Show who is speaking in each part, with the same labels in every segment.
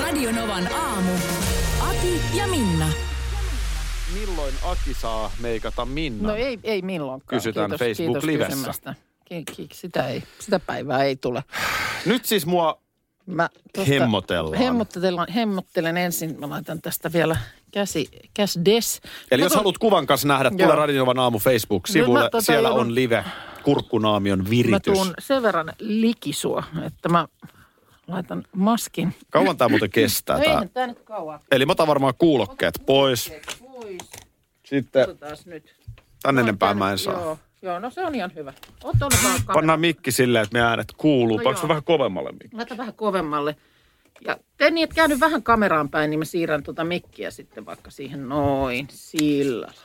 Speaker 1: Radionovan aamu. Ati ja Minna.
Speaker 2: Milloin Aki saa meikata Minna?
Speaker 3: No ei, ei milloinkaan.
Speaker 2: Kysytään
Speaker 3: kiitos,
Speaker 2: Facebook
Speaker 3: kiitos
Speaker 2: Livessä.
Speaker 3: kysymästä. Ki- ki- Sitä, ei, sitä päivää ei tule.
Speaker 2: Nyt siis mua
Speaker 3: Mä tosta-
Speaker 2: hemmotellaan.
Speaker 3: Hemmottelen, hemmottelen ensin. Mä laitan tästä vielä käsi, käs des.
Speaker 2: Eli
Speaker 3: Mä
Speaker 2: jos
Speaker 3: kun-
Speaker 2: haluat kuvan kanssa nähdä, tule
Speaker 3: Joo.
Speaker 2: Radinovan aamu Facebook-sivulle.
Speaker 3: Nyt mä tota
Speaker 2: Siellä
Speaker 3: joudun-
Speaker 2: on live kurkkunaamion
Speaker 3: Mä
Speaker 2: viritys.
Speaker 3: tuun sen verran likisua, että mä laitan maskin.
Speaker 2: Kauan tämä muuten kestää.
Speaker 3: No
Speaker 2: Tää.
Speaker 3: eihän tää nyt kauan.
Speaker 2: Eli mä otan varmaan kuulokkeet pois.
Speaker 3: Pois.
Speaker 2: Sitten
Speaker 3: Otetaan nyt.
Speaker 2: tän
Speaker 3: No,
Speaker 2: enempää
Speaker 3: tää
Speaker 2: mä en
Speaker 3: nyt-
Speaker 2: saa.
Speaker 3: Joo, joo, no se on ihan hyvä. Ota tuonne vaan kamera.
Speaker 2: Pannaan mikki silleen, että meidän äänet kuuluu.
Speaker 3: No
Speaker 2: Panko
Speaker 3: joo.
Speaker 2: vähän kovemmalle mikki?
Speaker 3: Laita vähän kovemmalle. Ja tee niin, että käy nyt vähän kameraan päin, niin mä siirrän tuota mikkiä sitten vaikka siihen noin, sillä lailla.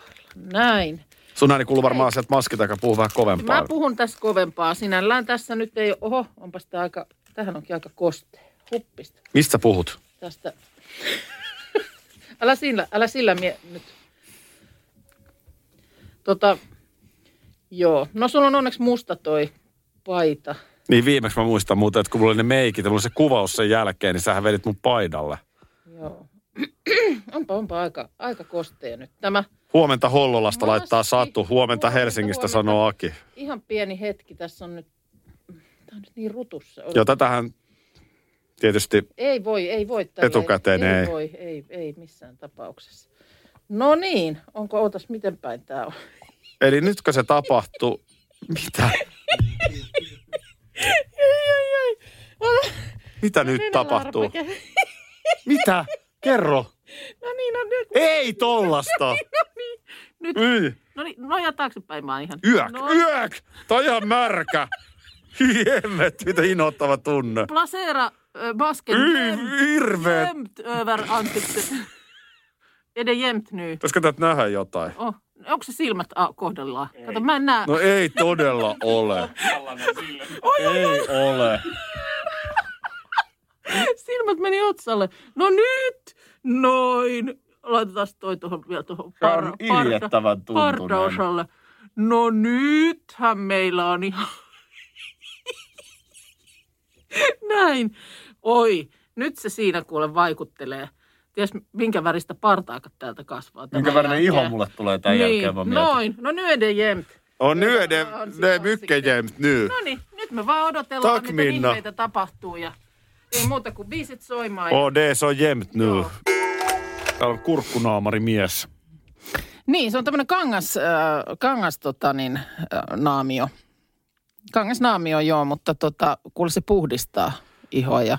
Speaker 3: Näin.
Speaker 2: Sun ääni kuuluu varmaan sieltä maskitakaa, puhu vähän
Speaker 3: Mä
Speaker 2: kovempaa.
Speaker 3: puhun tässä kovempaa. Sinällään tässä nyt ei ole, oho, onpas tää aika, tähän onkin aika kostea. Huppista
Speaker 2: Mistä sä puhut?
Speaker 3: tästä. älä sillä, älä sillä mie, nyt. Tota, joo. No sulla on onneksi musta toi paita.
Speaker 2: Niin viimeksi mä muistan muuten, että kun mulla oli ne meikit ja mulla oli se kuvaus sen jälkeen, niin sähän vedit mun paidalle.
Speaker 3: Joo. onpa, onpa aika, aika kostea nyt tämä.
Speaker 2: Huomenta Hollolasta
Speaker 3: Masti.
Speaker 2: laittaa Satu, huomenta
Speaker 3: Huomenta,
Speaker 2: Helsingistä
Speaker 3: huomenta.
Speaker 2: sanoo Aki.
Speaker 3: Ihan pieni hetki, tässä on nyt, tämä on nyt niin rutussa. ollut.
Speaker 2: Ja tätähän tietysti,
Speaker 3: Ei voi, ei voi. tällä-
Speaker 2: Etukäteen
Speaker 3: ei.
Speaker 2: ei.
Speaker 3: Ei voi, ei, ei missään tapauksessa. No niin, onko, ootas, miten päin tämä on?
Speaker 2: eli nytkö se tapahtuu, mitä,
Speaker 3: Ei, ei, ei. No niin, Ota-
Speaker 2: mitä nyt
Speaker 3: Nenän
Speaker 2: tapahtuu?
Speaker 3: arpake.
Speaker 2: Mitä? Kerro.
Speaker 3: No niin, no nyt.
Speaker 2: Ei tollasta.
Speaker 3: Nyt.
Speaker 2: Yi.
Speaker 3: No niin, nojaa taaksepäin mä oon ihan.
Speaker 2: Yök,
Speaker 3: no,
Speaker 2: yök. Toi on ihan märkä. Hiemet, mitä inottava tunne.
Speaker 3: Placeera, ö, basken,
Speaker 2: Yi,
Speaker 3: jämt-
Speaker 2: Hirveet.
Speaker 3: jämt över ansiktet. Är det jämt nu?
Speaker 2: Pitäisikö täältä nähdä jotain?
Speaker 3: Oh, onko se silmät ah, kohdallaan? Kato, mä en näe.
Speaker 2: No ei todella ole. Ei ole.
Speaker 3: Silmät meni otsalle. No nyt! Noin. Laitetaan toi tuohon vielä tuohon
Speaker 2: Se on
Speaker 3: parra-
Speaker 2: iljettävän
Speaker 3: parta- partaosalle. No nythän meillä on ihan... Näin. Oi, nyt se siinä kuule vaikuttelee. Ties minkä väristä partaakat täältä kasvaa. tämän jälkeen.
Speaker 2: tulee
Speaker 3: niin, noin. No nyt edelleen.
Speaker 2: On nyt ne,
Speaker 3: On siinä
Speaker 2: ne
Speaker 3: on
Speaker 2: mykkejämt nyt.
Speaker 3: No niin, nyt me vaan odotellaan,
Speaker 2: Tak,
Speaker 3: mitä
Speaker 2: Minna.
Speaker 3: ihmeitä tapahtuu. Ja ei muuta kuin biisit soimaan. ja-
Speaker 2: Oh, ne, se on jämt nyt.
Speaker 3: Joo.
Speaker 2: Täällä on kurkkunaamari mies.
Speaker 3: Niin, se on tämmöinen kangas, äh, kangas tota niin, äh, naamio. Kangas naamio, joo, mutta tota, kuule se puhdistaa ihoa ja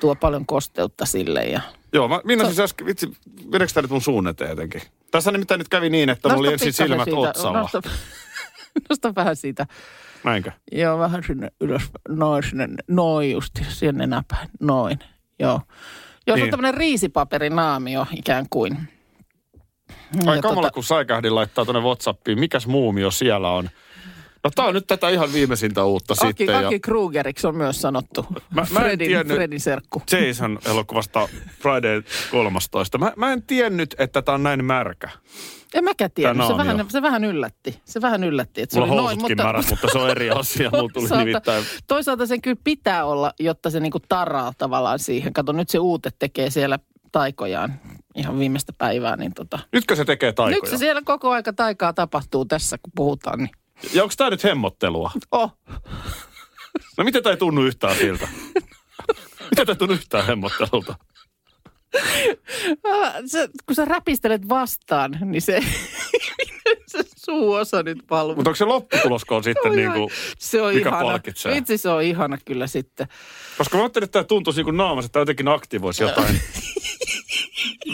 Speaker 3: tuo paljon kosteutta sille. Ja...
Speaker 2: Joo, mä, minä siis äsken, vitsi, meneekö tää nyt mun suun eteen jotenkin? Tässä nimittäin nyt kävi niin, että mulla oli ensin
Speaker 3: pikkasen
Speaker 2: silmät
Speaker 3: siitä-
Speaker 2: otsalla.
Speaker 3: Nosta, nosta vähän siitä.
Speaker 2: Näinkö?
Speaker 3: Joo, vähän sinne ylös. Noin sinne, noin justi, sinne enäpäin. Noin, joo. Joo, se
Speaker 2: Niin.
Speaker 3: on tämmöinen riisipaperinaamio ikään kuin.
Speaker 2: Ai
Speaker 3: Ja
Speaker 2: kamala,
Speaker 3: tota-
Speaker 2: kun säikähdin laittaa tuonne Whatsappiin. Mikäs muumio siellä on? No tää on nyt tätä ihan viimeisintä uutta
Speaker 3: Aki,
Speaker 2: sitten. ja-
Speaker 3: Aki Krugeriksi on myös sanottu.
Speaker 2: Mä- mä en
Speaker 3: Fredin,
Speaker 2: tiennyt-
Speaker 3: Fredin serkku.
Speaker 2: Jason elokuvasta Friday 13. Mä, mä en tiennyt, että tämä on näin märkä.
Speaker 3: En mäkään tiennyt. Se
Speaker 2: Tänään
Speaker 3: vähän,
Speaker 2: jo.
Speaker 3: se vähän yllätti. Se vähän yllätti, että se
Speaker 2: Mulla
Speaker 3: oli
Speaker 2: housutkin
Speaker 3: noin. Mutta,
Speaker 2: märät, mutta se on eri asia. Mulla tuli
Speaker 3: Toisaalta-
Speaker 2: nimittäin...
Speaker 3: Toisaalta sen kyllä pitää olla, jotta se niinku taraa tavallaan siihen. Kato, nyt se uute tekee siellä taikojaan ihan viimeistä päivää. Niin tota.
Speaker 2: Nytkö se tekee taikoja?
Speaker 3: Nyt se siellä koko aika taikaa tapahtuu tässä, kun puhutaan. Niin.
Speaker 2: Ja onko tämä nyt hemmottelua?
Speaker 3: Oh,
Speaker 2: No miten tämä ei tunnu yhtään siltä? miten tämä ei tunnu yhtään hemmottelulta?
Speaker 3: Ää, se, kun sä räpistelet vastaan, niin se, se suuosa nyt valvoo.
Speaker 2: Mutta onko se lopputuloskoon sitten
Speaker 3: Oi,
Speaker 2: niin
Speaker 3: oi.
Speaker 2: kuin...
Speaker 3: se on
Speaker 2: mikä
Speaker 3: ihana.
Speaker 2: palkitsee?
Speaker 3: Vitsi, se on ihana kyllä sitten.
Speaker 2: Koska mä ajattelin, että tämä tuntuisi niin kuin naamassa, että tämä jotenkin aktivoisi jotain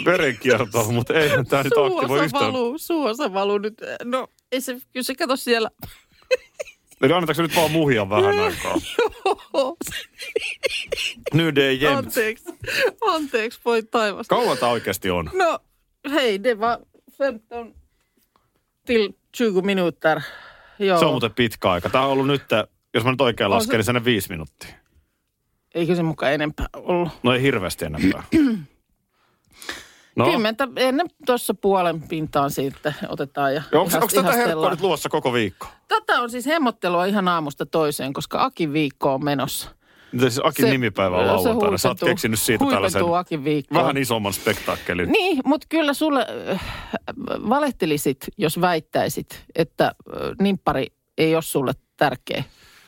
Speaker 2: verenkiertoa, mutta eihän tämä nyt aktivoi
Speaker 3: Suosa
Speaker 2: yhtään.
Speaker 3: valuu, suosa valuu nyt. No, ei se, kyllä se kato siellä.
Speaker 2: Eli annetaanko nyt vaan muhia vähän aikaa? Nyt ei jem.
Speaker 3: Anteeksi, anteeksi, voi taivas.
Speaker 2: Kauan tämä oikeasti on?
Speaker 3: No, hei, det var 15 till 20 minuter. Joo.
Speaker 2: Se on muuten pitkä aika. Tämä on ollut nyt, jos mä nyt oikein
Speaker 3: On se-
Speaker 2: lasken, niin sen viisi minuuttia.
Speaker 3: Eikö se mukaan enempää ollut?
Speaker 2: No ei hirveästi enempää. No,
Speaker 3: No. Kymmentä, ennen tuossa puolen pintaan sitten otetaan ja
Speaker 2: onko,
Speaker 3: ihas-
Speaker 2: onko tätä herkkua
Speaker 3: ihastellaan.
Speaker 2: nyt luossa koko viikko?
Speaker 3: Tätä on siis hemmottelua ihan aamusta toiseen, koska Akin viikko on menossa.
Speaker 2: Mitä siis Akin nimipäivä on
Speaker 3: se
Speaker 2: lauantaina? Sä oot
Speaker 3: huipentuu-
Speaker 2: keksinyt siitä
Speaker 3: huipentuu
Speaker 2: tällaisen
Speaker 3: Akin viikko.
Speaker 2: vähän isomman spektaakkelin.
Speaker 3: Niin, mutta kyllä sulle äh, valehtelisit, jos väittäisit, että äh, nimppari ei ole sulle tärkeä.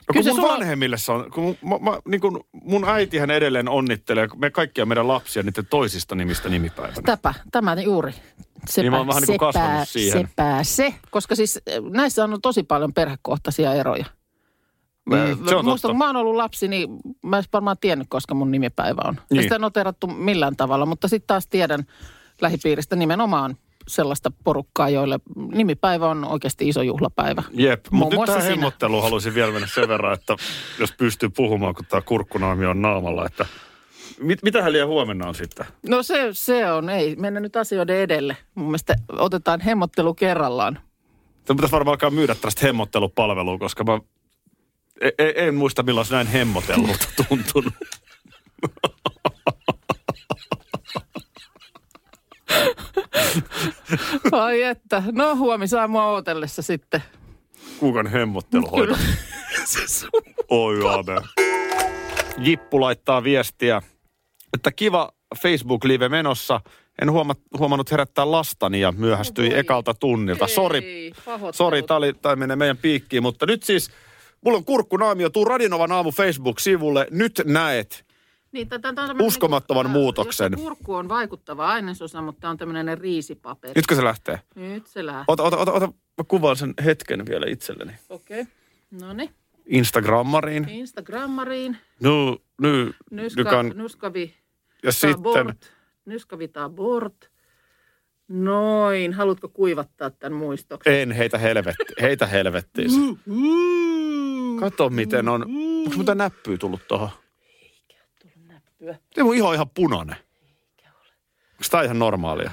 Speaker 2: No kun
Speaker 3: Kyllä
Speaker 2: mun
Speaker 3: se sulla-
Speaker 2: vanhemmille se on, kun mun, mä, mä, niin kun mun äitihän edelleen onnittelee me kaikkia meidän lapsia niiden toisista nimistä nimipäivänä.
Speaker 3: Täpä, tämä juuri. Sepä,
Speaker 2: Niin mä oon vähän niin kuin kasvanut siihen.
Speaker 3: sepä se, koska siis äh, näissä on tosi paljon perhekohtaisia eroja.
Speaker 2: Mm,
Speaker 3: Ö,
Speaker 2: se on
Speaker 3: Muistan,
Speaker 2: totta.
Speaker 3: kun mä oon ollut lapsi, niin mä en varmaan tiennyt, koska mun nimipäivä on. Niin.
Speaker 2: Niin.
Speaker 3: Ja sitä noterattu millään tavalla, mutta sitten taas tiedän lähipiiristä nimenomaan sellaista porukkaa, joille nimipäivä on oikeasti iso juhlapäivä.
Speaker 2: Jep,
Speaker 3: Muun
Speaker 2: mutta nyt
Speaker 3: muassa
Speaker 2: tähän
Speaker 3: sinä.
Speaker 2: hemmotteluun haluaisin vielä mennä sen verran, että jos pystyy puhumaan, kun tämä kurkkunaami on naamalla, että mit, mitähän liian huomenna on sitten?
Speaker 3: No se, se on, ei. Mennään nyt asioiden edelle. Mun mielestä otetaan hemmottelu kerrallaan.
Speaker 2: Tämä pitäisi varmaan alkaa myydä tällaista hemmottelupalvelua, koska mä e- e- en muista milloin olisi näin hemmotellulta tuntunut.
Speaker 3: Ai että, no huomisaamua ootellessa sitten.
Speaker 2: Kuukan hemmotteluhoito. Oi aame. Jippu laittaa viestiä, että kiva Facebook-live menossa. En huoma, huomannut herättää lastani ja myöhästyi
Speaker 3: No Voi.
Speaker 2: ekalta tunnilta. Sori,
Speaker 3: Ei, pahoittelut.
Speaker 2: sori tämä oli, tää menee meidän piikkiin, mutta nyt siis, mulla on kurkkunaamio, tuu Radinovan aamu Facebook-sivulle, nyt näet.
Speaker 3: Niin, tää- tää on tämmönen
Speaker 2: Uskomattoman
Speaker 3: niinku,
Speaker 2: muutoksen.
Speaker 3: jossa Kurkku on vaikuttava ainesosa, mutta tämä on tämmöinen riisipaperi. Nyt,
Speaker 2: Nytkö se lähtee?
Speaker 3: Nyt se lähtee.
Speaker 2: Ota, ota, ota, ota, mä kuvaan sen hetken vielä itselleni.
Speaker 3: Okei. Okay. No niin,
Speaker 2: Instagrammariin.
Speaker 3: Instagrammariin.
Speaker 2: No, ny,
Speaker 3: Nyska,
Speaker 2: nykan,
Speaker 3: Nuskavi
Speaker 2: ja
Speaker 3: taa
Speaker 2: sitten,
Speaker 3: bort. Nyskavi taa bort. Noin. Haluatko kuivattaa tämän muistoksi?
Speaker 2: en heitä helvetti, heitä helvettiin. se. Kato miten on, onko mitä näppyy tullut tuohon?
Speaker 3: Näppyä.
Speaker 2: Ei mun iho on ihan punainen. Onko tää ihan normaalia?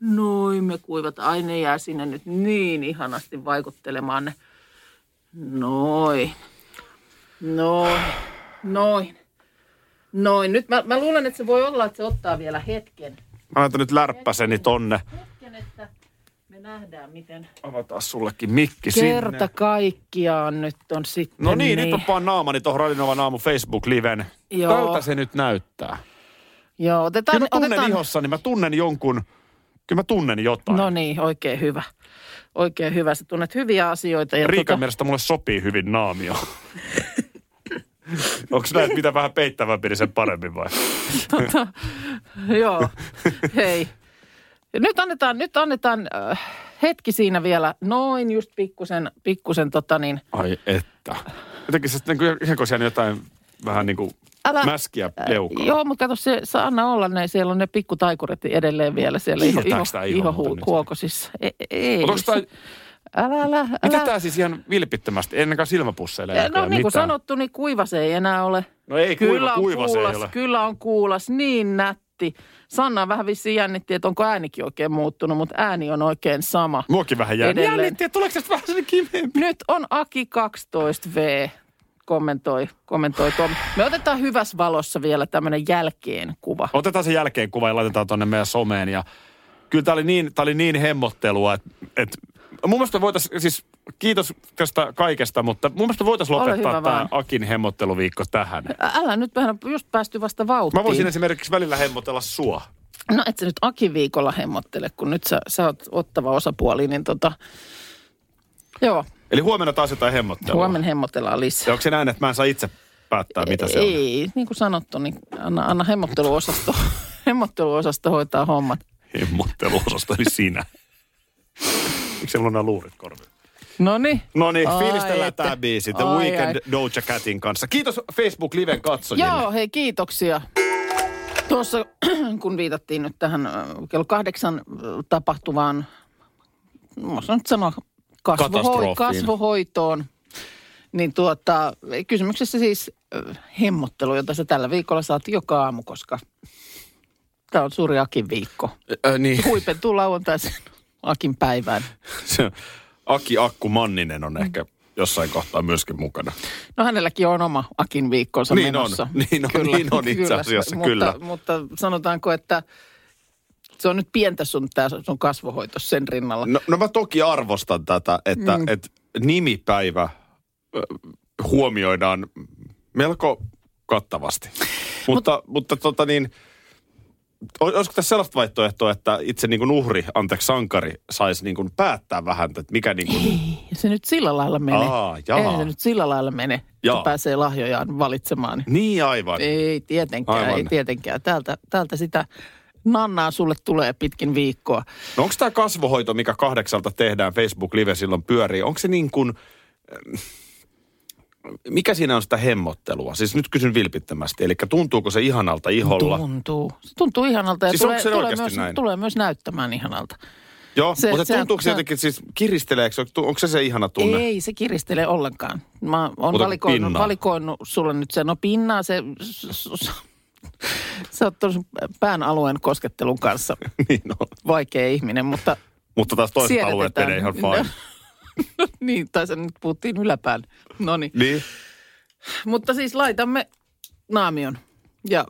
Speaker 3: Noin me kuivat. Ai ne jää sinne nyt niin ihanasti vaikuttelemaan ne. Noin. Noin. Noin. Noin. Nyt mä, mä luulen, että se voi olla, että se ottaa vielä hetken.
Speaker 2: Mä laitan nyt lärppäseni tonne.
Speaker 3: Hetken, että me nähdään miten.
Speaker 2: Avataan sullekin mikki sinne.
Speaker 3: Kerta kaikkiaan nyt on sitten.
Speaker 2: No niin, nyt mä paan naamani tuohon Radinovan aamu Facebook-liven.
Speaker 3: Joo.
Speaker 2: Tältä se nyt näyttää.
Speaker 3: Joo, otetaan.
Speaker 2: Kyllä mä tunnen
Speaker 3: otetaan...
Speaker 2: ihossa, niin mä tunnen jonkun, kyllä mä tunnen jotain.
Speaker 3: No niin, oikein hyvä. Oikein hyvä. Sä tunnet hyviä asioita. Ja tota-
Speaker 2: Riikan mielestä mulle sopii hyvin naamio. Onko näin, mitä vähän peittävämpi, niin sen paremmin vai?
Speaker 3: Joo, hei. Nyt annetaan, nyt annetaan äh, hetki siinä vielä, noin just pikkusen, pikkusen tota niin.
Speaker 2: Ai että. Jotenkin se niin ihan kun siellä on jotain vähän niin kuin
Speaker 3: Älä-
Speaker 2: mäskiä
Speaker 3: Äh,
Speaker 2: leukaa.
Speaker 3: joo, mutta kato, se, saa anna olla, ne, siellä on ne pikutaikurit edelleen vielä siellä iho,
Speaker 2: Kiiltääks tää iho
Speaker 3: iho,
Speaker 2: muuten
Speaker 3: iho
Speaker 2: nyt?
Speaker 3: huokosissa. Ei, ei.
Speaker 2: Mut onks tää-
Speaker 3: Älä, älä, älä.
Speaker 2: Mitä tämä siis ihan vilpittömästi? Ennenkään silmäpusseilla ei
Speaker 3: Ja No
Speaker 2: näköjään
Speaker 3: niin kuin
Speaker 2: mitään.
Speaker 3: sanottu, niin kuiva se ei enää ole.
Speaker 2: No ei kuiva,
Speaker 3: on
Speaker 2: kuiva se ei
Speaker 3: kuulas,
Speaker 2: ole.
Speaker 3: Kyllä on kuulas, niin nätti. Sanna vähän vissiin jännitti, että onko äänikin oikein muuttunut, mutta ääni on oikein sama.
Speaker 2: Muokin vähän jää.
Speaker 3: Edelleen.
Speaker 2: Jännitti, että tuleeko tästä vähän sen kimeempi?
Speaker 3: Nyt on Aki 12V, kommentoi, kommentoi Tom. Me otetaan hyvässä valossa vielä tämmöinen jälkeen kuva.
Speaker 2: Otetaan sen jälkeen kuva ja laitetaan tuonne meidän someen. Ja kyllä tämä oli niin, tää oli niin hemmottelua, että et, mun mielestä voitaisiin, siis kiitos tästä kaikesta, mutta mun mielestä voitaisiin
Speaker 3: Ole
Speaker 2: lopettaa
Speaker 3: hyvä
Speaker 2: tämä
Speaker 3: vaan.
Speaker 2: Akin hemmotteluviikko tähän.
Speaker 3: Ä- Älä nyt, mehän on just päästy vasta vauhtiin.
Speaker 2: Mä voisin esimerkiksi välillä hemmotella sua.
Speaker 3: No et sä nyt Aki viikolla hemmottele, kun nyt sä, sä oot ottava osapuoli, niin tota... Joo,
Speaker 2: Eli huomenna taas jotain hemmottelua.
Speaker 3: huomenna hemmotellaan lisää.
Speaker 2: Ja onko se näin, että mä en saa itse päättää, mitä se on?
Speaker 3: Ei, niin kuin sanottu, niin anna, anna hemmotteluosasto, hemmotteluosasto hoitaa hommat.
Speaker 2: Hemmotteluosasto, eli sinä. Miksi siellä on nämä luurit korvilla?
Speaker 3: No niin.
Speaker 2: No niin,
Speaker 3: Ai
Speaker 2: fiilistellään
Speaker 3: että.
Speaker 2: tämä biisi The
Speaker 3: Ai,
Speaker 2: Weekend
Speaker 3: ai.
Speaker 2: Doja Catin kanssa. Kiitos Facebook Liven katsojille.
Speaker 3: Joo, hei kiitoksia. Tuossa kun viitattiin nyt tähän ö, kello kahdeksan ö, tapahtuvaan, mä sanon nyt sanoa, kasvoho-
Speaker 2: Katastrofiin.
Speaker 3: kasvohoitoon. Niin tuota, kysymyksessä siis ö, hemmottelu, jota sä tällä viikolla saat joka aamu, koska tämä on suuri Akin viikko.
Speaker 2: Ö, niin.
Speaker 3: Huipentuu lauantaisen Akin päivään.
Speaker 2: Se Aki Akku Manninen on ehkä jossain kohtaa myöskin mukana.
Speaker 3: No hänelläkin on oma Akin viikkonsa
Speaker 2: Niin on,
Speaker 3: menossa.
Speaker 2: niin on, niin on itse asiassa, kyllä.
Speaker 3: Mutta, mutta sanotaanko, että se on nyt pientä sun, tää sun kasvohoito sen rinnalla.
Speaker 2: No, no mä toki arvostan tätä, että, mm. että nimipäivä ö, huomioidaan melko kattavasti. Mutta, mutta tota niin, ol- olisiko tässä sellaista vaihtoehtoa, että itse niin kuin uhri, anteeksi sankari, saisi niin kuin päättää vähän, että mikä niin kuin,
Speaker 3: Ja se nyt sillä lailla menee.
Speaker 2: Aa, jaa.
Speaker 3: Ei se nyt sillä lailla mene,
Speaker 2: Jaa.
Speaker 3: että pääsee lahjojaan valitsemaan.
Speaker 2: niin aivan.
Speaker 3: Ei tietenkään,
Speaker 2: Aivan.
Speaker 3: ei tietenkään. Täältä, täältä sitä nannaa sulle tulee pitkin viikkoa.
Speaker 2: No onko tämä kasvohoito, mikä kahdeksalta tehdään, Facebook Live silloin pyörii, onko se niin kuin, mikä siinä on sitä hemmottelua? Siis nyt kysyn vilpittömästi, eli tuntuuko se ihanalta iholla?
Speaker 3: Tuntuu. Se tuntuu ihanalta ja
Speaker 2: Siis onko
Speaker 3: tulee,
Speaker 2: se
Speaker 3: tulee,
Speaker 2: oikeasti
Speaker 3: myös,
Speaker 2: näin?
Speaker 3: tulee myös näyttämään ihanalta.
Speaker 2: Joo,
Speaker 3: Se-
Speaker 2: se, mutta
Speaker 3: se-
Speaker 2: se, tuntuuko
Speaker 3: se-
Speaker 2: se jotenkin, siis kiristeleekö, se? Tu- onko se se ihana tunne?
Speaker 3: Ei se kiristele ollenkaan. Mä oon
Speaker 2: kuin
Speaker 3: valikoinut,
Speaker 2: pinnaa.
Speaker 3: valikoinut sulle nyt sen. No pinnaa se... s- s- Sä oot tuon sun pään alueen koskettelun kanssa
Speaker 2: niin no.
Speaker 3: vaikea ihminen, mutta
Speaker 2: Mutta taas toiset
Speaker 3: Siedetetään.
Speaker 2: alueet menee ihan
Speaker 3: No.
Speaker 2: fine.
Speaker 3: niin, tai se nyt puhuttiin yläpään. No niin.
Speaker 2: Niin.
Speaker 3: Mutta siis laitamme naamion. Ja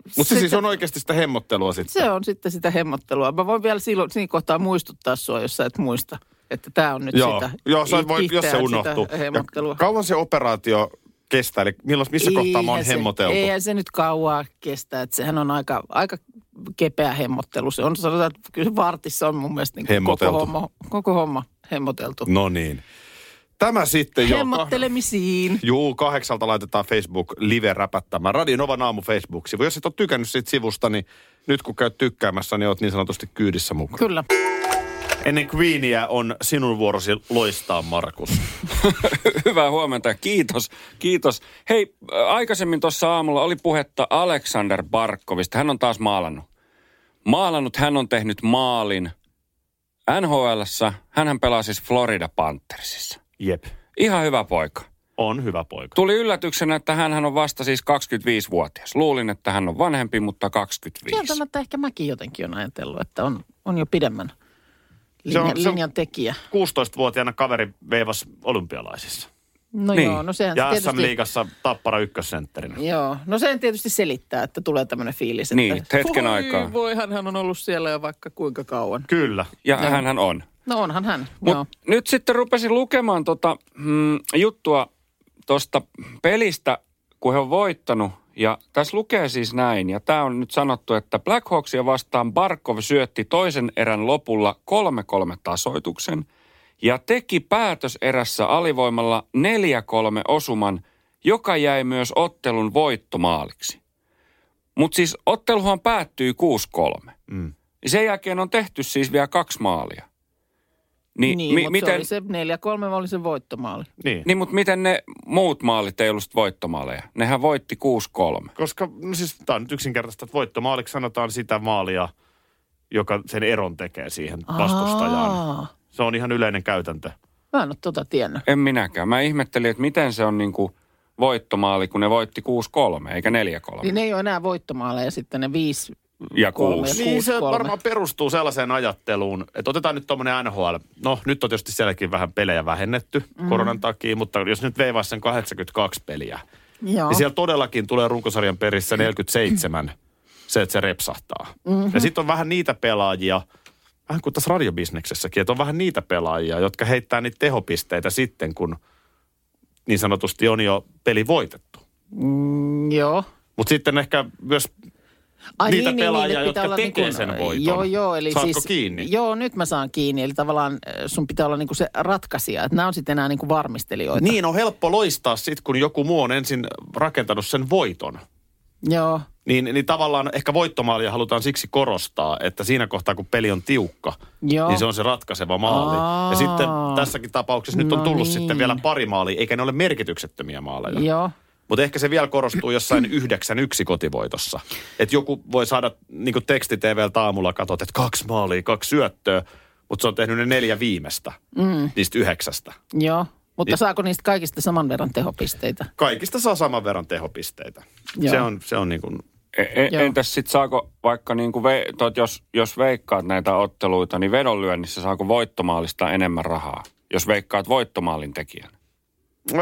Speaker 2: Mutta se siis
Speaker 3: sitten-
Speaker 2: on oikeasti sitä hemmottelua sitten.
Speaker 3: se on sitten sitä hemmottelua. Mä voin vielä silloin, siinä kohtaa muistuttaa sua, jos sä et muista, että tämä on nyt
Speaker 2: Joo,
Speaker 3: sitä.
Speaker 2: joo sä voit, jos se
Speaker 3: kihteään sitä
Speaker 2: unohtuu. Ja
Speaker 3: Hemmottelua.
Speaker 2: Kauan se operaatio kestää, eli milloin, missä kohtaa mä oon
Speaker 3: Eihän se-
Speaker 2: hemmoteltu?
Speaker 3: Eihän se nyt kauaa kestä, että sehän on aika, aika kepeä hemmottelu. Se on sanotaan, että kyllä se vartissa on mun mielestä niin koko,
Speaker 2: Hemmoteltu.
Speaker 3: homma, koko homma hemmoteltu.
Speaker 2: No niin. Tämä sitten jo...
Speaker 3: Hemmottelemisiin.
Speaker 2: Juu, kahdeksalta laitetaan Facebook live räpättämään. Radio Novan aamu Facebook-sivu. Jos et ole tykännyt siitä sivusta, niin nyt kun käyt tykkäämässä, niin oot niin sanotusti kyydissä mukaan.
Speaker 3: Kyllä.
Speaker 2: Ennen Queenia on sinun vuorosi loistaa, Markus.
Speaker 4: Hyvää huomenta, kiitos, kiitos. Hei, ä, aikaisemmin tuossa aamulla oli puhetta Aleksander Barkovista. Hän on taas maalannut. Maalannut, hän on tehnyt maalin NHLssä. Hänhän pelaa siis Florida Panthersissa.
Speaker 2: Jep.
Speaker 4: Ihan hyvä poika.
Speaker 2: On hyvä poika.
Speaker 4: Tuli yllätyksenä, että hän on vasta siis 25-vuotias. Luulin, että hän on vanhempi, mutta 25.
Speaker 3: Kieltämättä ehkä mäkin jotenkin on ajatellut, että on, on jo pidemmän
Speaker 2: Se on-
Speaker 3: linjan,
Speaker 2: se on-
Speaker 3: linjan tekijä.
Speaker 2: 16-vuotiaana kaveri veivas olympialaisissa.
Speaker 3: No
Speaker 4: Niin.
Speaker 3: joo, no sehän se
Speaker 2: Ja SM
Speaker 3: tietysti...
Speaker 2: Liigassa tappara ykkössentterinä.
Speaker 3: Joo, no sen tietysti selittää, että tulee tämmöinen fiilis.
Speaker 4: Niin,
Speaker 3: että,
Speaker 4: hetken
Speaker 3: voi,
Speaker 4: aikaa.
Speaker 3: Voihan hän on ollut siellä jo vaikka kuinka kauan.
Speaker 2: Kyllä.
Speaker 4: Ja hänhän on.
Speaker 3: No onhan hän, Mut,
Speaker 4: Mut
Speaker 3: joo.
Speaker 4: nyt sitten rupesin lukemaan tota, mm, juttua tuosta pelistä, kun he on voittanut. Ja tässä lukee siis näin, ja tämä on nyt sanottu, että Blackhawksia vastaan Barkov syötti toisen erän lopulla 3-3 tasoituksen ja teki päätöserässä alivoimalla 4-3 osuman, joka jäi myös ottelun voittomaaliksi. Mutta siis otteluhan päättyi 6-3.
Speaker 2: Mm.
Speaker 4: Niin Sen jälkeen on tehty siis vielä kaksi maalia. Niin,
Speaker 3: Niin,
Speaker 4: niin mi-
Speaker 3: mutta se
Speaker 4: miten,
Speaker 3: oli se 4-3 oli se voittomaali.
Speaker 2: Niin.
Speaker 4: niin, mutta miten ne muut maalit ei ollut sit voittomaaleja? Nehän voitti 6-3.
Speaker 2: Koska, no siis tämä on nyt yksinkertaista, että voittomaaliksi sanotaan sitä maalia, joka sen eron tekee siihen vastustajaan.
Speaker 3: Aa,
Speaker 2: Se on ihan yleinen käytäntö.
Speaker 3: Mä en ole tota tiennyt.
Speaker 4: En minäkään. Mä ihmettelin, että miten se on niinku voittomaali, kun ne voitti 6-3 eikä 4-3.
Speaker 3: Niin ne ei ole enää voittomaaleja sitten ne viisi
Speaker 4: Ja
Speaker 3: kolme
Speaker 4: kuusi.
Speaker 3: ja
Speaker 2: Niin, se
Speaker 3: kuusi kolme.
Speaker 2: varmaan perustuu sellaiseen ajatteluun, että otetaan nyt tuommoinen NHL. No, nyt on tietysti sielläkin vähän pelejä vähennetty mm.
Speaker 3: Mhm.
Speaker 2: koronan takia, mutta jos nyt veivaa sen 82 peliä,
Speaker 3: Joo. Mm.
Speaker 2: niin siellä todellakin tulee runkosarjan perissä 47 se, että se repsahtaa.
Speaker 3: Mhm.
Speaker 2: Mm-hmm. Ja sitten on vähän niitä pelaajia, vähän kuin tässä radiobisneksessäkin, että on vähän niitä pelaajia, jotka heittää niitä tehopisteitä sitten, kun niin sanotusti on jo peli voitettu.
Speaker 3: Mm, joo. niin,
Speaker 2: Mutta sitten ehkä myös Niitä pelaajia,
Speaker 3: että
Speaker 2: jotka
Speaker 3: pitää olla
Speaker 2: tekee
Speaker 3: niinku-
Speaker 2: sen voiton.
Speaker 3: Joo, joo. Eli
Speaker 2: Saatko
Speaker 3: siis,
Speaker 2: kiinni?
Speaker 3: Joo, nyt mä saan kiinni. Eli tavallaan äh, sun pitää olla niinku se ratkaisija. Että nämä on sitten enää niinku varmistelijoita.
Speaker 2: Niin, on helppo loistaa sitten, kun joku muu on ensin rakentanut sen voiton.
Speaker 3: Joo.
Speaker 2: Niin, niin tavallaan ehkä voittomaalia halutaan siksi korostaa, että siinä kohtaa, kun peli on tiukka,
Speaker 3: Joo.
Speaker 2: niin se on se ratkaiseva maali.
Speaker 3: Aa.
Speaker 2: Ja sitten tässäkin tapauksessa nyt
Speaker 3: No
Speaker 2: on tullut
Speaker 3: niin.
Speaker 2: sitten vielä pari maalia, eikä ne ole merkityksettömiä maaleja.
Speaker 3: Joo.
Speaker 2: Mutta ehkä se vielä korostuu jossain 9-1 kotivoitossa. niinku Että joku voi saada, niin kuin teksti TVltä aamulla katsot, että kaksi maalia, kaksi syöttöä. mutta se on tehnyt ne neljä viimeistä mm. niistä yhdeksästä.
Speaker 3: Joo, mutta
Speaker 2: Niin.
Speaker 3: saako niistä kaikista saman verran tehopisteitä?
Speaker 2: Kaikista saa saman verran tehopisteitä.
Speaker 3: Joo.
Speaker 2: Se on, se on niin kuin,
Speaker 4: E- e-
Speaker 3: Joo.
Speaker 4: entäs sitten saako vaikka, niin kuin ve- tot, jos, jos veikkaat näitä otteluita, niin vedonlyönnissä saako voittomaalista enemmän rahaa, jos veikkaat voittomaalin tekijän?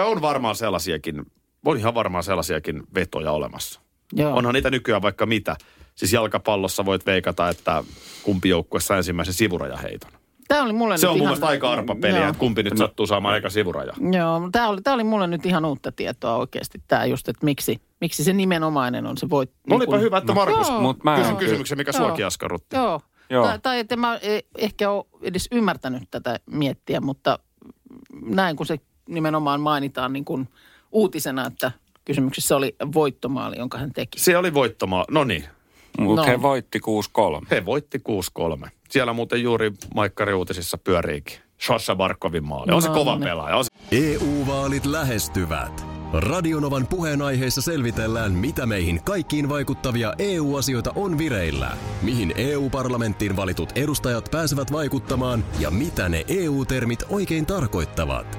Speaker 2: on varmaan sellaisiakin, on ihan varmaan sellaisiakin vetoja olemassa.
Speaker 3: Joo.
Speaker 2: Onhan niitä nykyään vaikka mitä. Siis jalkapallossa voit veikata, että kumpi joukkue saa ensimmäisen sivurajaheiton.
Speaker 3: Tämä oli mulle
Speaker 2: Se
Speaker 3: nyt
Speaker 2: on mun
Speaker 3: ihan... Mm,
Speaker 2: mielestä aika arpa peliä,
Speaker 3: Joo.
Speaker 2: että kumpi nyt sattuu saamaan aika sivuraja.
Speaker 3: Joo, tämä oli, tää oli mulle nyt ihan uutta tietoa oikeasti tämä just, että miksi, miksi se nimenomainen on se voit...
Speaker 2: No olipa hyvä, että Markus
Speaker 3: Niin Joo.
Speaker 4: Mut mä
Speaker 2: kysyi
Speaker 4: en-
Speaker 2: kysymyksen, mikä
Speaker 3: Joo.
Speaker 2: suokin askarrutti.
Speaker 3: Joo.
Speaker 4: Joo.
Speaker 3: Joo. Tai, tai että mä e- ehkä ole edes ymmärtänyt tätä miettiä, mutta näin kun se nimenomaan mainitaan niin kuin uutisena, että kysymyksessä oli voittomaali, jonka hän teki.
Speaker 2: Se oli voittoma. No niin,
Speaker 4: Mutta
Speaker 3: No.
Speaker 4: he voitti 6-3.
Speaker 2: he voitti 6-3. Siellä muuten juuri Maikkari uutisissa pyöriikin. Shosha Barkovin maali. On se
Speaker 3: No
Speaker 2: kova
Speaker 3: niin.
Speaker 2: pelaaja. On se...
Speaker 5: EU-vaalit E lähestyvät. Radionovan puheenaiheessa selvitellään, mitä meihin kaikkiin vaikuttavia EU-asioita on vireillä, mihin EU-parlamenttiin valitut edustajat pääsevät vaikuttamaan ja mitä ne EU-termit oikein tarkoittavat.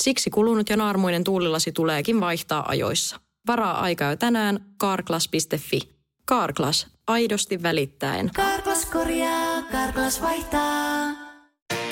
Speaker 1: Siksi kulunut ja naarmuinen tuulilasi tuleekin vaihtaa ajoissa. Varaa aikaa jo tänään karklas.fi. Karklas, aidosti välittäen.
Speaker 6: Karklas korjaa, Karklas vaihtaa.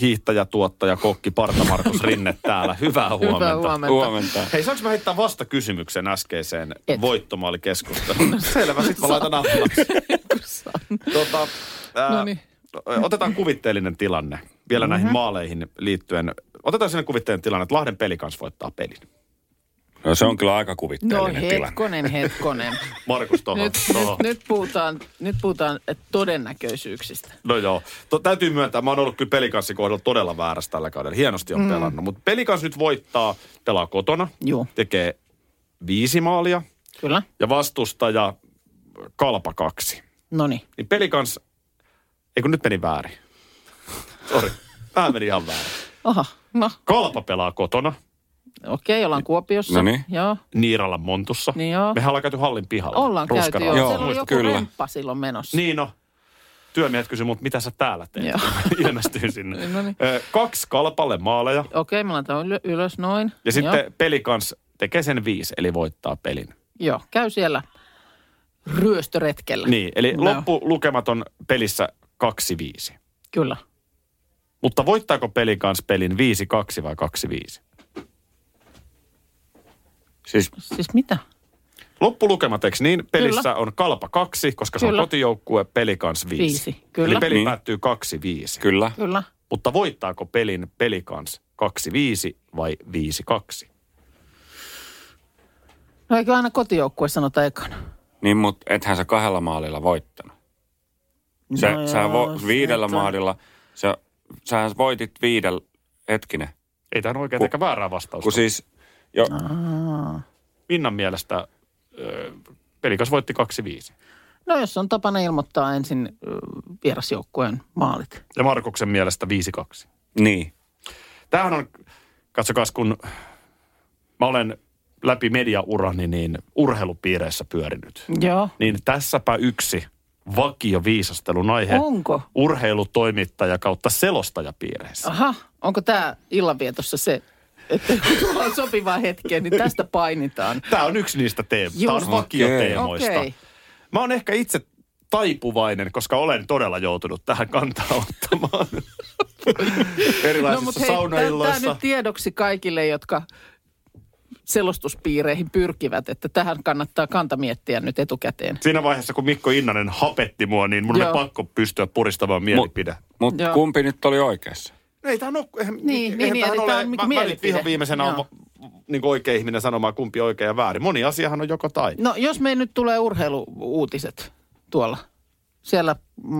Speaker 2: hiihtäjä, tuottaja, kokki, parta Markus Rinne täällä. Hyvää huomenta.
Speaker 3: Hyvää huomenta.
Speaker 4: Huomenta.
Speaker 2: Hei, saanko mä heittää vastakysymyksen äskeiseen
Speaker 3: Et.
Speaker 2: voittomaalikeskusteluun? Selvä, sit mä laitan apulaksi. tota, ää,
Speaker 3: Noniin.
Speaker 2: Otetaan kuvitteellinen tilanne vielä näihin maaleihin liittyen. Otetaan sinne kuvitteellinen tilanne, että Lahden pelikans voittaa pelin.
Speaker 4: No se on kyllä aika
Speaker 3: No
Speaker 4: kuvitteellinen tilanne.
Speaker 3: hetkonen, hetkonen.
Speaker 2: Markus tuohon.
Speaker 3: nyt, nyt, nyt, puhutaan, nyt puhutaan eh, todennäköisyyksistä.
Speaker 2: No joo. To, täytyy myöntää, mä oon ollut kyllä pelikanssin kohdalla todella väärässä tällä kaudella. Hienosti on mm. pelannut. Mutta pelikans nyt voittaa, pelaa kotona,
Speaker 3: Juu.
Speaker 2: tekee viisi maalia
Speaker 3: Kyllä?
Speaker 2: ja vastustaja kalpa kaksi.
Speaker 3: No niin.
Speaker 2: Niin pelikans, ei kun nyt meni väärin. Sori, tämä meni ihan väärin.
Speaker 3: Aha, no
Speaker 2: Kalpa pelaa kotona,
Speaker 3: okei, okay, ollaan Kuopiossa.
Speaker 4: No niin.
Speaker 3: Joo.
Speaker 2: Niiralan montussa.
Speaker 3: Niin joo.
Speaker 2: Mehän ollaan käyty hallin pihalla.
Speaker 3: Ollaan käyty, joo.
Speaker 2: Ruskaralla.
Speaker 4: Joo,
Speaker 3: Siellä oli joku
Speaker 4: kyllä.
Speaker 3: kyllä. remppa silloin menossa.
Speaker 2: Niin no. Työmiehet kysyi mut, mitä sä täällä teet?
Speaker 3: Joo.
Speaker 2: Ilmestyy sinne.
Speaker 3: No niin.
Speaker 2: Ö, Kaksi kalpalle maaleja.
Speaker 3: Okei, okay, mä laitan yl- ylös noin.
Speaker 2: Ja sitten peli kans tekee sen viisi, eli voittaa pelin.
Speaker 3: Joo, joo käy siellä ryöstöretkellä.
Speaker 2: Niin, eli no. loppulukemat on pelissä 2-5.
Speaker 3: Kyllä.
Speaker 2: Mutta voittaako peli kans pelin 5-2 vai 2-5?
Speaker 4: Siis
Speaker 3: Siis mitä?
Speaker 2: Loppulukemat, eikö niin? Pelissä
Speaker 3: Kyllä.
Speaker 2: on kalpa 2, koska se on
Speaker 3: Kyllä.
Speaker 2: kotijoukkue, peli kans 5.
Speaker 3: Viisi, kyllä.
Speaker 2: Eli peli
Speaker 4: Niin.
Speaker 2: päättyy 2-5.
Speaker 4: kyllä.
Speaker 3: Kyllä.
Speaker 2: Mutta voittaako pelin peli kans 2-5 vai 5-2?
Speaker 3: No eikö aina kotijoukkue sanota ekana?
Speaker 4: Niin, mutta ethän sä kahdella maalilla voittanut. Sä,
Speaker 3: No
Speaker 4: no
Speaker 3: joo,
Speaker 4: sä vo,
Speaker 3: se
Speaker 4: viidellä
Speaker 3: nyt on.
Speaker 4: maalilla, sä, sähän voitit viidellä, hetkinen.
Speaker 2: Ei tähän oikein eikä väärää vastausta.
Speaker 4: Kun siis, jo,
Speaker 3: No.
Speaker 2: Minnan mielestä ö, pelikas voitti 2-5.
Speaker 3: No jos on tapana ilmoittaa ensin ö, vierasjoukkueen maalit.
Speaker 2: Ja Markuksen mielestä 5-2.
Speaker 4: niin.
Speaker 2: Tämähän on, katsokaa, kun mä olen läpi mediaurani niin urheilupiireissä pyörinyt,
Speaker 3: Joo.
Speaker 2: niin tässäpä yksi vakio viisastelun aihe.
Speaker 3: Onko?
Speaker 2: Urheilutoimittaja kautta selostajapiireissä.
Speaker 3: Aha, onko tämä illanvietossa se, että kun tullaan sopivaan hetkeen, niin tästä painitaan?
Speaker 2: Tämä on yksi niistä teemoista. Tämä on
Speaker 3: Just.
Speaker 2: vakio
Speaker 4: Okei.
Speaker 2: teemoista.
Speaker 3: Okei.
Speaker 2: Mä oon ehkä itse taipuvainen, koska olen todella joutunut tähän kantaa ottamaan. Erilaisissa
Speaker 3: No, mut
Speaker 2: saunailloissa.
Speaker 3: tämä nyt tiedoksi kaikille, jotka selostuspiireihin pyrkivät, että tähän kannattaa kanta miettiä nyt etukäteen.
Speaker 2: Siinä vaiheessa, kun Mikko Innanen hapetti mua, niin mun
Speaker 3: Joo.
Speaker 2: on pakko pystyä puristamaan mielipide.
Speaker 4: Mutta
Speaker 3: Joo.
Speaker 4: kumpi nyt oli oikeassa?
Speaker 2: No ei tähän ole, eihän,
Speaker 3: niin,
Speaker 2: eihän
Speaker 3: niin,
Speaker 2: tähän
Speaker 3: eli tää on niinku
Speaker 2: mä, mä nyt
Speaker 3: mielipide.
Speaker 2: ihan viimeisenä
Speaker 3: Joo.
Speaker 2: on niin oikea ihminen sanomaan kumpi on oikein ja väärin. Moni asiahan on joko tai.
Speaker 3: No jos me nyt tulee urheiluuutiset tuolla, siellä mm,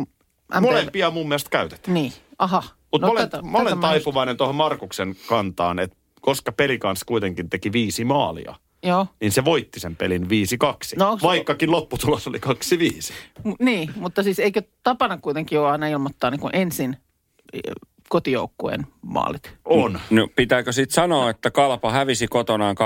Speaker 3: MPL...
Speaker 2: Molempia mun mielestä käytetään.
Speaker 3: Niin, aha.
Speaker 2: Mutta no, mä olen,
Speaker 3: tätä-
Speaker 2: mä olen
Speaker 3: tätä
Speaker 2: taipuvainen tuohon Markuksen kantaan, että koska pelikans kuitenkin teki viisi maalia,
Speaker 3: Joo,
Speaker 2: niin se voitti sen pelin 5-2,
Speaker 3: No
Speaker 2: no,
Speaker 3: onks-
Speaker 2: vaikkakin lopputulos oli 2-5.
Speaker 3: M- niin, mutta siis eikö tapana kuitenkin ole aina ilmoittaa niin kuin ensin eh, kotijoukkueen maalit?
Speaker 2: On.
Speaker 4: No pitääkö sitten sanoa, että Kalpa hävisi kotonaan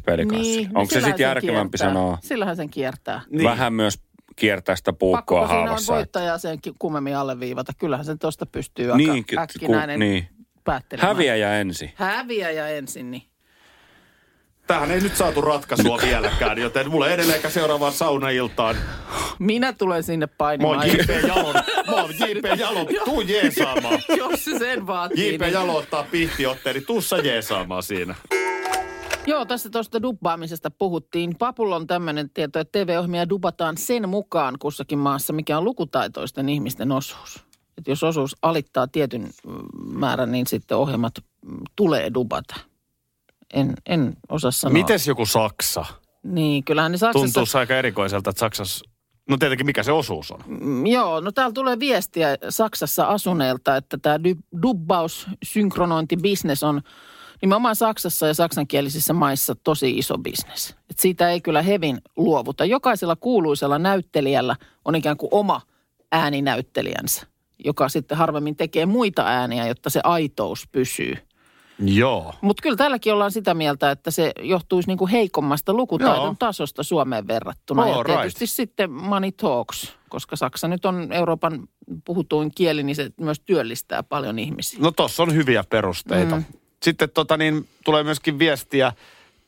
Speaker 4: 2-5 pelikanssa?
Speaker 3: Niin, no
Speaker 4: Onko se
Speaker 3: sillähän
Speaker 4: sitten
Speaker 3: sen
Speaker 4: järkevämpi
Speaker 3: kiertää.
Speaker 4: sanoa?
Speaker 3: Sillähän sen kiertää.
Speaker 2: Niin.
Speaker 4: Niin. Vähän myös kiertää sitä puukkoa
Speaker 3: Pakko siinä on
Speaker 4: haavassa.
Speaker 3: voittajaa sen ki- kummemmin alleviivata. Kyllähän sen tuosta pystyy
Speaker 4: Niin,
Speaker 3: aika
Speaker 4: ky- ku-
Speaker 3: äkkinäinen
Speaker 4: niin.
Speaker 3: päättelemään.
Speaker 4: Häviäjä ensin.
Speaker 3: Häviäjä ensin, niin.
Speaker 2: Tähän ei nyt saatu ratkaisua
Speaker 3: No.
Speaker 2: vieläkään, joten mulla ei edelleenkään seuraavaan saunailtaan.
Speaker 3: Minä tulen sinne
Speaker 2: Mä oon
Speaker 3: painamaan.
Speaker 2: J.P. Jalon, mä oon J.P. Jalon, tuu jeesaamaan.
Speaker 3: Jos se sen vaatii. niin-
Speaker 2: J.P. Jalo ottaa pihtiotteen, niin tuu sä jeesaamaan siinä.
Speaker 3: Joo, tässä tuosta dubbaamisesta puhuttiin. Papulla on tämmöinen tieto, että TV-ohjelmia dubataan sen mukaan kussakin maassa, mikä on lukutaitoisten ihmisten osuus. Et jos osuus alittaa tietyn mm, määrän, niin sitten ohjelmat mm, tulee dubata. En, en osaa sanoa.
Speaker 2: No. joku Saksa?
Speaker 3: Niin, kyllähän ne Saksassa...
Speaker 2: aika erikoiselta, että Saksassa... No tietenkin, mikä se osuus on?
Speaker 3: Mm, Joo, no täällä tulee viestiä Saksassa asuneelta, että tämä dy- dubbaus, synkronointibisnes on nimenomaan Saksassa ja saksankielisissä maissa tosi iso bisnes. Et siitä ei kyllä hevin luovuta. Jokaisella kuuluisella näyttelijällä on ikään kuin oma ääninäyttelijänsä, joka sitten harvemmin tekee muita ääniä, jotta se aitous pysyy.
Speaker 2: Joo.
Speaker 3: Mutta kyllä täälläkin ollaan sitä mieltä, että se johtuisi niinku heikommasta lukutaidon
Speaker 2: Joo.
Speaker 3: tasosta Suomeen verrattuna.
Speaker 2: All
Speaker 3: ja
Speaker 2: right.
Speaker 3: tietysti sitten money talks, koska Saksa nyt on Euroopan puhutuin kieli, niin se myös työllistää paljon ihmisiä.
Speaker 2: No tossa on hyviä perusteita. Mm. Sitten tota, niin, tulee myöskin viestiä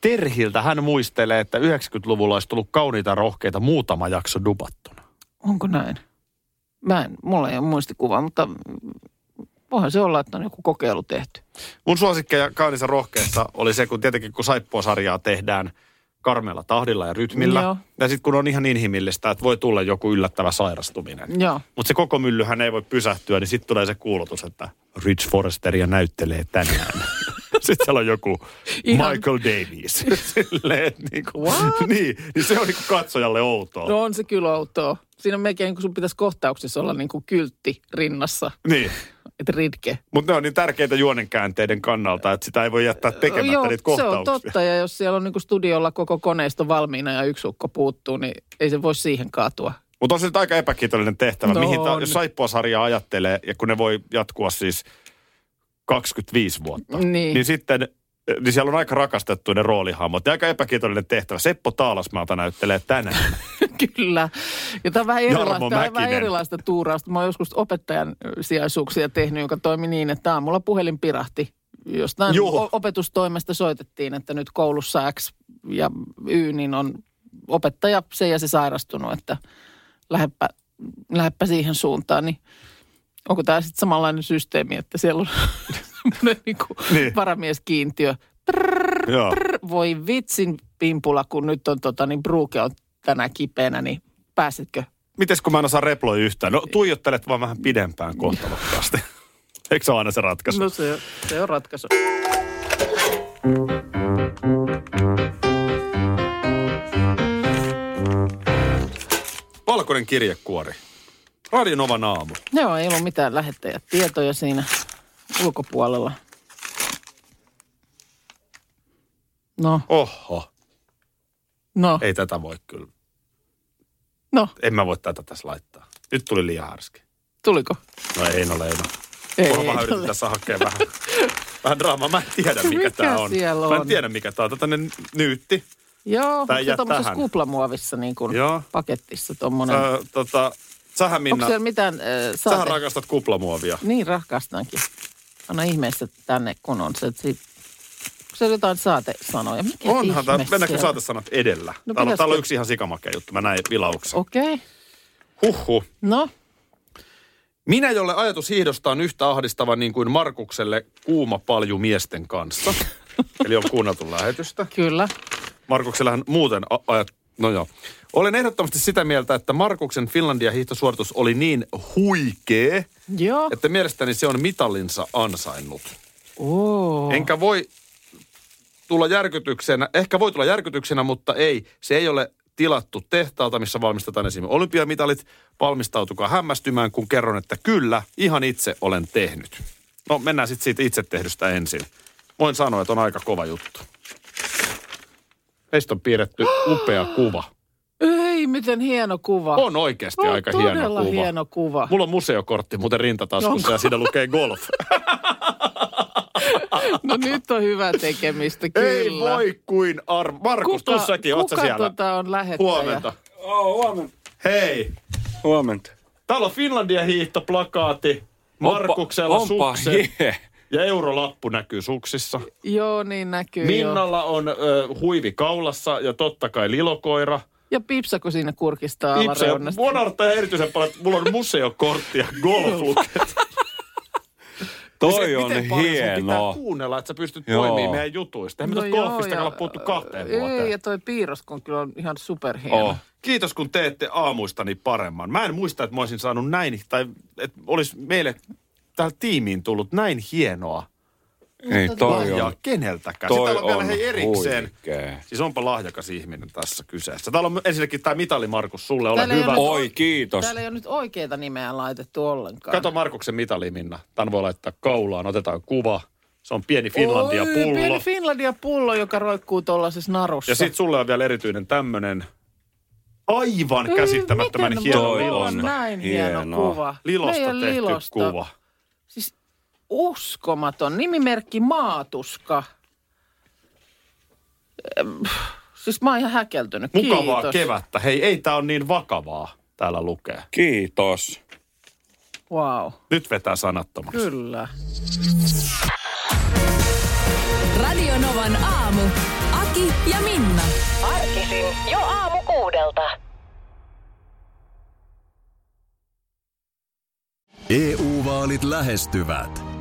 Speaker 2: Terhiltä. Hän muistelee, että 90-luvulla olisi tullut kauniita ja rohkeita muutama jakso dubattuna.
Speaker 3: Onko näin? Mä en, mulla ei ole muistikuvaa, mutta voihan se olla, että on joku kokeilu tehty.
Speaker 2: Mun suosikkeja kaunissa rohkeissa oli se, kun tietenkin kun saippuasarjaa tehdään karmealla tahdilla ja rytmillä.
Speaker 3: Joo.
Speaker 2: Joo. Ja sitten kun on ihan inhimillistä, että voi tulla joku yllättävä sairastuminen.
Speaker 3: Joo.
Speaker 2: Mutta se koko myllyhän ei voi pysähtyä, niin sitten tulee se kuulutus, että Rich Forresteria näyttelee tänään. sitten siellä on joku
Speaker 3: Ihan-
Speaker 2: Michael Davies. Silleen, että niinku, niin, niin se on niinku katsojalle outoa.
Speaker 3: No on se kyllä outoa. Siinä on melkein, kun sun pitäisi kohtauksessa olla niin kuin kyltti rinnassa,
Speaker 2: Niin.
Speaker 3: että ritke
Speaker 2: Mutta ne on niin tärkeitä juonenkäänteiden kannalta, että sitä ei voi jättää tekemättä
Speaker 3: Joo,
Speaker 2: niitä
Speaker 3: se on
Speaker 2: kohtauksia.
Speaker 3: totta. Ja jos siellä on niin studiolla koko koneisto valmiina ja yksi ukko puuttuu, niin ei se voi siihen kaatua.
Speaker 2: Mutta on se nyt aika epäkiitollinen tehtävä.
Speaker 3: No
Speaker 2: No, mihin ta,
Speaker 3: on.
Speaker 2: jos saippuasarjaa ajattelee, ja kun ne voi jatkua siis 25 vuotta,
Speaker 3: Niin.
Speaker 2: niin sitten niin siellä on aika rakastettu ne roolihahmot. Ja aika epäkiitollinen tehtävä. Seppo Taalasmaalta näyttelee tänään.
Speaker 3: Kyllä. Ja tämä on vähän
Speaker 2: Jarmo
Speaker 3: erilaista, tämä on vähän
Speaker 2: Mäkinen.
Speaker 3: erilaista tuurausta. Mä oon joskus opettajan sijaisuuksia tehnyt, joka toimi niin, että aamulla puhelin pirahti. Jostain
Speaker 2: Joo.
Speaker 3: o- opetustoimesta soitettiin, että nyt koulussa X ja Y, niin on opettaja se ja se sairastunut, että lähepä, lähepä siihen suuntaan. Niin onko tämä sitten samanlainen systeemi, että siellä on semmoinen niinku
Speaker 2: Niin.
Speaker 3: varamieskiintiö.
Speaker 2: Joo.
Speaker 3: Voi vitsin pimpula, kun nyt on tota, niin Bruke on tänään kipeänä, niin pääsitkö?
Speaker 2: Mites kun mä en osaa reploi yhtään? No tuijottelet vaan vähän pidempään kohtalokkaasti. Eikö se ole aina se ratkaisu?
Speaker 3: No se, se on ratkaisu.
Speaker 2: Valkoinen kirjekuori. Radionovan aamu.
Speaker 3: Joo, ei ollut mitään lähettäjätietoja siinä ulkopuolella. No,
Speaker 2: Oho.
Speaker 3: no,
Speaker 2: Ei tätä voi kyllä.
Speaker 3: no,
Speaker 2: En mä voi tätä tässä laittaa. Nyt tuli liian härski.
Speaker 3: tuliko?
Speaker 2: No ei ole, ei ole.
Speaker 3: Ei,
Speaker 2: Ei, vähän yritin
Speaker 3: tule.
Speaker 2: tässä hakea vähän, vähän draamaa. Mä en tiedä, mikä,
Speaker 3: Mikä
Speaker 2: tää on.
Speaker 3: siellä
Speaker 2: Mä en
Speaker 3: on?
Speaker 2: tiedä, mikä tää on. Tätä ne nyytti.
Speaker 3: Joo,
Speaker 2: Tää
Speaker 3: mutta se
Speaker 2: jää
Speaker 3: tuommoisessa
Speaker 2: tähän.
Speaker 3: kuplamuovissa niin kuin
Speaker 2: Joo.
Speaker 3: paketissa tuommoinen.
Speaker 2: Öö, tota, sähän
Speaker 3: Onko
Speaker 2: Minna,
Speaker 3: siellä mitään äh,
Speaker 2: sähän
Speaker 3: Niin. saate?
Speaker 2: rakastat kuplamuovia.
Speaker 3: Niin, rahkastankin. Anna ihmeessä tänne, kun on se. si- Onko se jotain saatesanoja? Mikä
Speaker 2: Onhan tää,
Speaker 3: ihme
Speaker 2: mennäänkö
Speaker 3: siellä?
Speaker 2: saatesanat edellä?
Speaker 3: No
Speaker 2: No, täällä, on- täällä
Speaker 3: pitäisikö?
Speaker 2: on yksi ihan sikamakea juttu, mä näin vilauksen.
Speaker 3: Okei. Okay.
Speaker 2: Huhhuh.
Speaker 3: No,
Speaker 2: Minä, jolle ajatus hiihdosta on yhtä ahdistava niin kuin Markukselle kuuma palju miesten kanssa, Eli on kuunneltu lähetystä.
Speaker 3: Kyllä.
Speaker 2: Markuksellähän muuten a- ajat... No joo. Olen ehdottomasti sitä mieltä, että Markuksen Finlandia-hiihtosuoritus oli niin huikee,
Speaker 3: Joo.
Speaker 2: että mielestäni se on mitallinsa ansainnut.
Speaker 3: Oo.
Speaker 2: Enkä voi tulla järkytyksenä, ehkä voi tulla järkytyksenä, mutta ei. Se ei ole tilattu tehtaalta, missä valmistetaan esimerkiksi olympiamitalit. Valmistautukaa hämmästymään, kun kerron, että kyllä, ihan itse olen tehnyt. No mennään sitten siitä itse tehdystä ensin. Voin sanoa, että on aika kova juttu. Meistä on piirretty upea kuva.
Speaker 3: Ei, miten hieno kuva.
Speaker 2: On oikeasti
Speaker 3: On
Speaker 2: aika
Speaker 3: todella
Speaker 2: hieno kuva.
Speaker 3: hieno kuva.
Speaker 2: Mulla on museokortti muuten rintataskussa ja siinä lukee golf.
Speaker 3: No nyt on hyvä tekemistä, kyllä.
Speaker 2: Ei voi kuin arvo. Markus,
Speaker 3: Kuka,
Speaker 2: tussakin, oot sä
Speaker 3: kuka
Speaker 2: siellä?
Speaker 3: tota on lähettäjä?
Speaker 2: Huomenta.
Speaker 4: Oh, huomenta.
Speaker 2: Hei,
Speaker 4: Huomenta.
Speaker 2: täällä on Finlandia hiihtoplakaati. Markuksella
Speaker 4: onpa, onpa
Speaker 2: sukset
Speaker 4: hie.
Speaker 2: ja eurolappu näkyy suksissa.
Speaker 3: Joo, niin näkyy jo.
Speaker 2: Minnalla on ö, huivi kaulassa ja totta kai lilokoira.
Speaker 3: Ja pipsako siinä kurkistaa
Speaker 2: Ipse,
Speaker 3: alareunasta?
Speaker 2: mua naurattaa ihan erityisen paljon, että mulla on museokortti ja golfluket.
Speaker 4: Toi
Speaker 2: Miten
Speaker 4: on
Speaker 2: paljon sun pitää
Speaker 4: hienoa.
Speaker 2: kuunnella, että sä pystyt
Speaker 4: Joo.
Speaker 2: toimimaan meidän jutuista. Eihän me no
Speaker 3: joo,
Speaker 2: golfista olla puhuttu kahteen vuoteen.
Speaker 3: Ei, ja toi piirroskon kyllä on ihan superhieno.
Speaker 4: Oh.
Speaker 3: Oh.
Speaker 2: Kiitos, kun teette aamuistani paremman. Mä en muista, että mä olisin saanut näin, tai että olisi meille tähän tiimiin tullut näin hienoa
Speaker 4: Ei, toi
Speaker 2: lahjaa
Speaker 4: on.
Speaker 2: keneltäkään.
Speaker 4: Toi
Speaker 2: Sitä on vielä
Speaker 4: on
Speaker 2: hei erikseen.
Speaker 4: huikea.
Speaker 2: Siis onpa lahjakas ihminen tässä kyseessä. Täällä on ensinnäkin tämä mitali, Markus, sulle. Ole
Speaker 3: Täällä ei
Speaker 2: hyvä.
Speaker 3: ole-
Speaker 4: Oi, kiitos.
Speaker 3: Täällä ei ole nyt oikeita nimeä laitettu ollenkaan.
Speaker 2: Kato Markuksen mitali, Minna. Tän voi laittaa kaulaan, otetaan kuva. Se on pieni Finlandia-pullo.
Speaker 3: Oi, pieni Finlandia-pullo, joka roikkuu tuollaisessa narussa.
Speaker 2: Ja sit sulle on vielä erityinen tämmönen aivan
Speaker 3: Mm,
Speaker 2: käsittämättömän
Speaker 3: Miten
Speaker 2: hieno
Speaker 3: voi
Speaker 4: Toi
Speaker 2: lilosta.
Speaker 3: olla näin hieno,
Speaker 4: Hienoa.
Speaker 3: kuva.
Speaker 2: Lilosta
Speaker 3: Meidän
Speaker 2: tehty
Speaker 3: lilosta.
Speaker 2: kuva.
Speaker 3: Siis uskomaton. Nimimerkki Maatuska. Ähm, Siis mä oon ihan häkeltynyt.
Speaker 2: Mukavaa
Speaker 3: Kiitos.
Speaker 2: kevättä. Hei, ei tää on niin vakavaa, täällä lukee.
Speaker 4: Kiitos.
Speaker 3: Wow,
Speaker 2: Nyt vetää sanattomaksi.
Speaker 3: kyllä.
Speaker 7: Radio Novan aamu. Aki ja Minna.
Speaker 8: Arkisin jo aamu kuudelta.
Speaker 5: EU-vaalit E lähestyvät.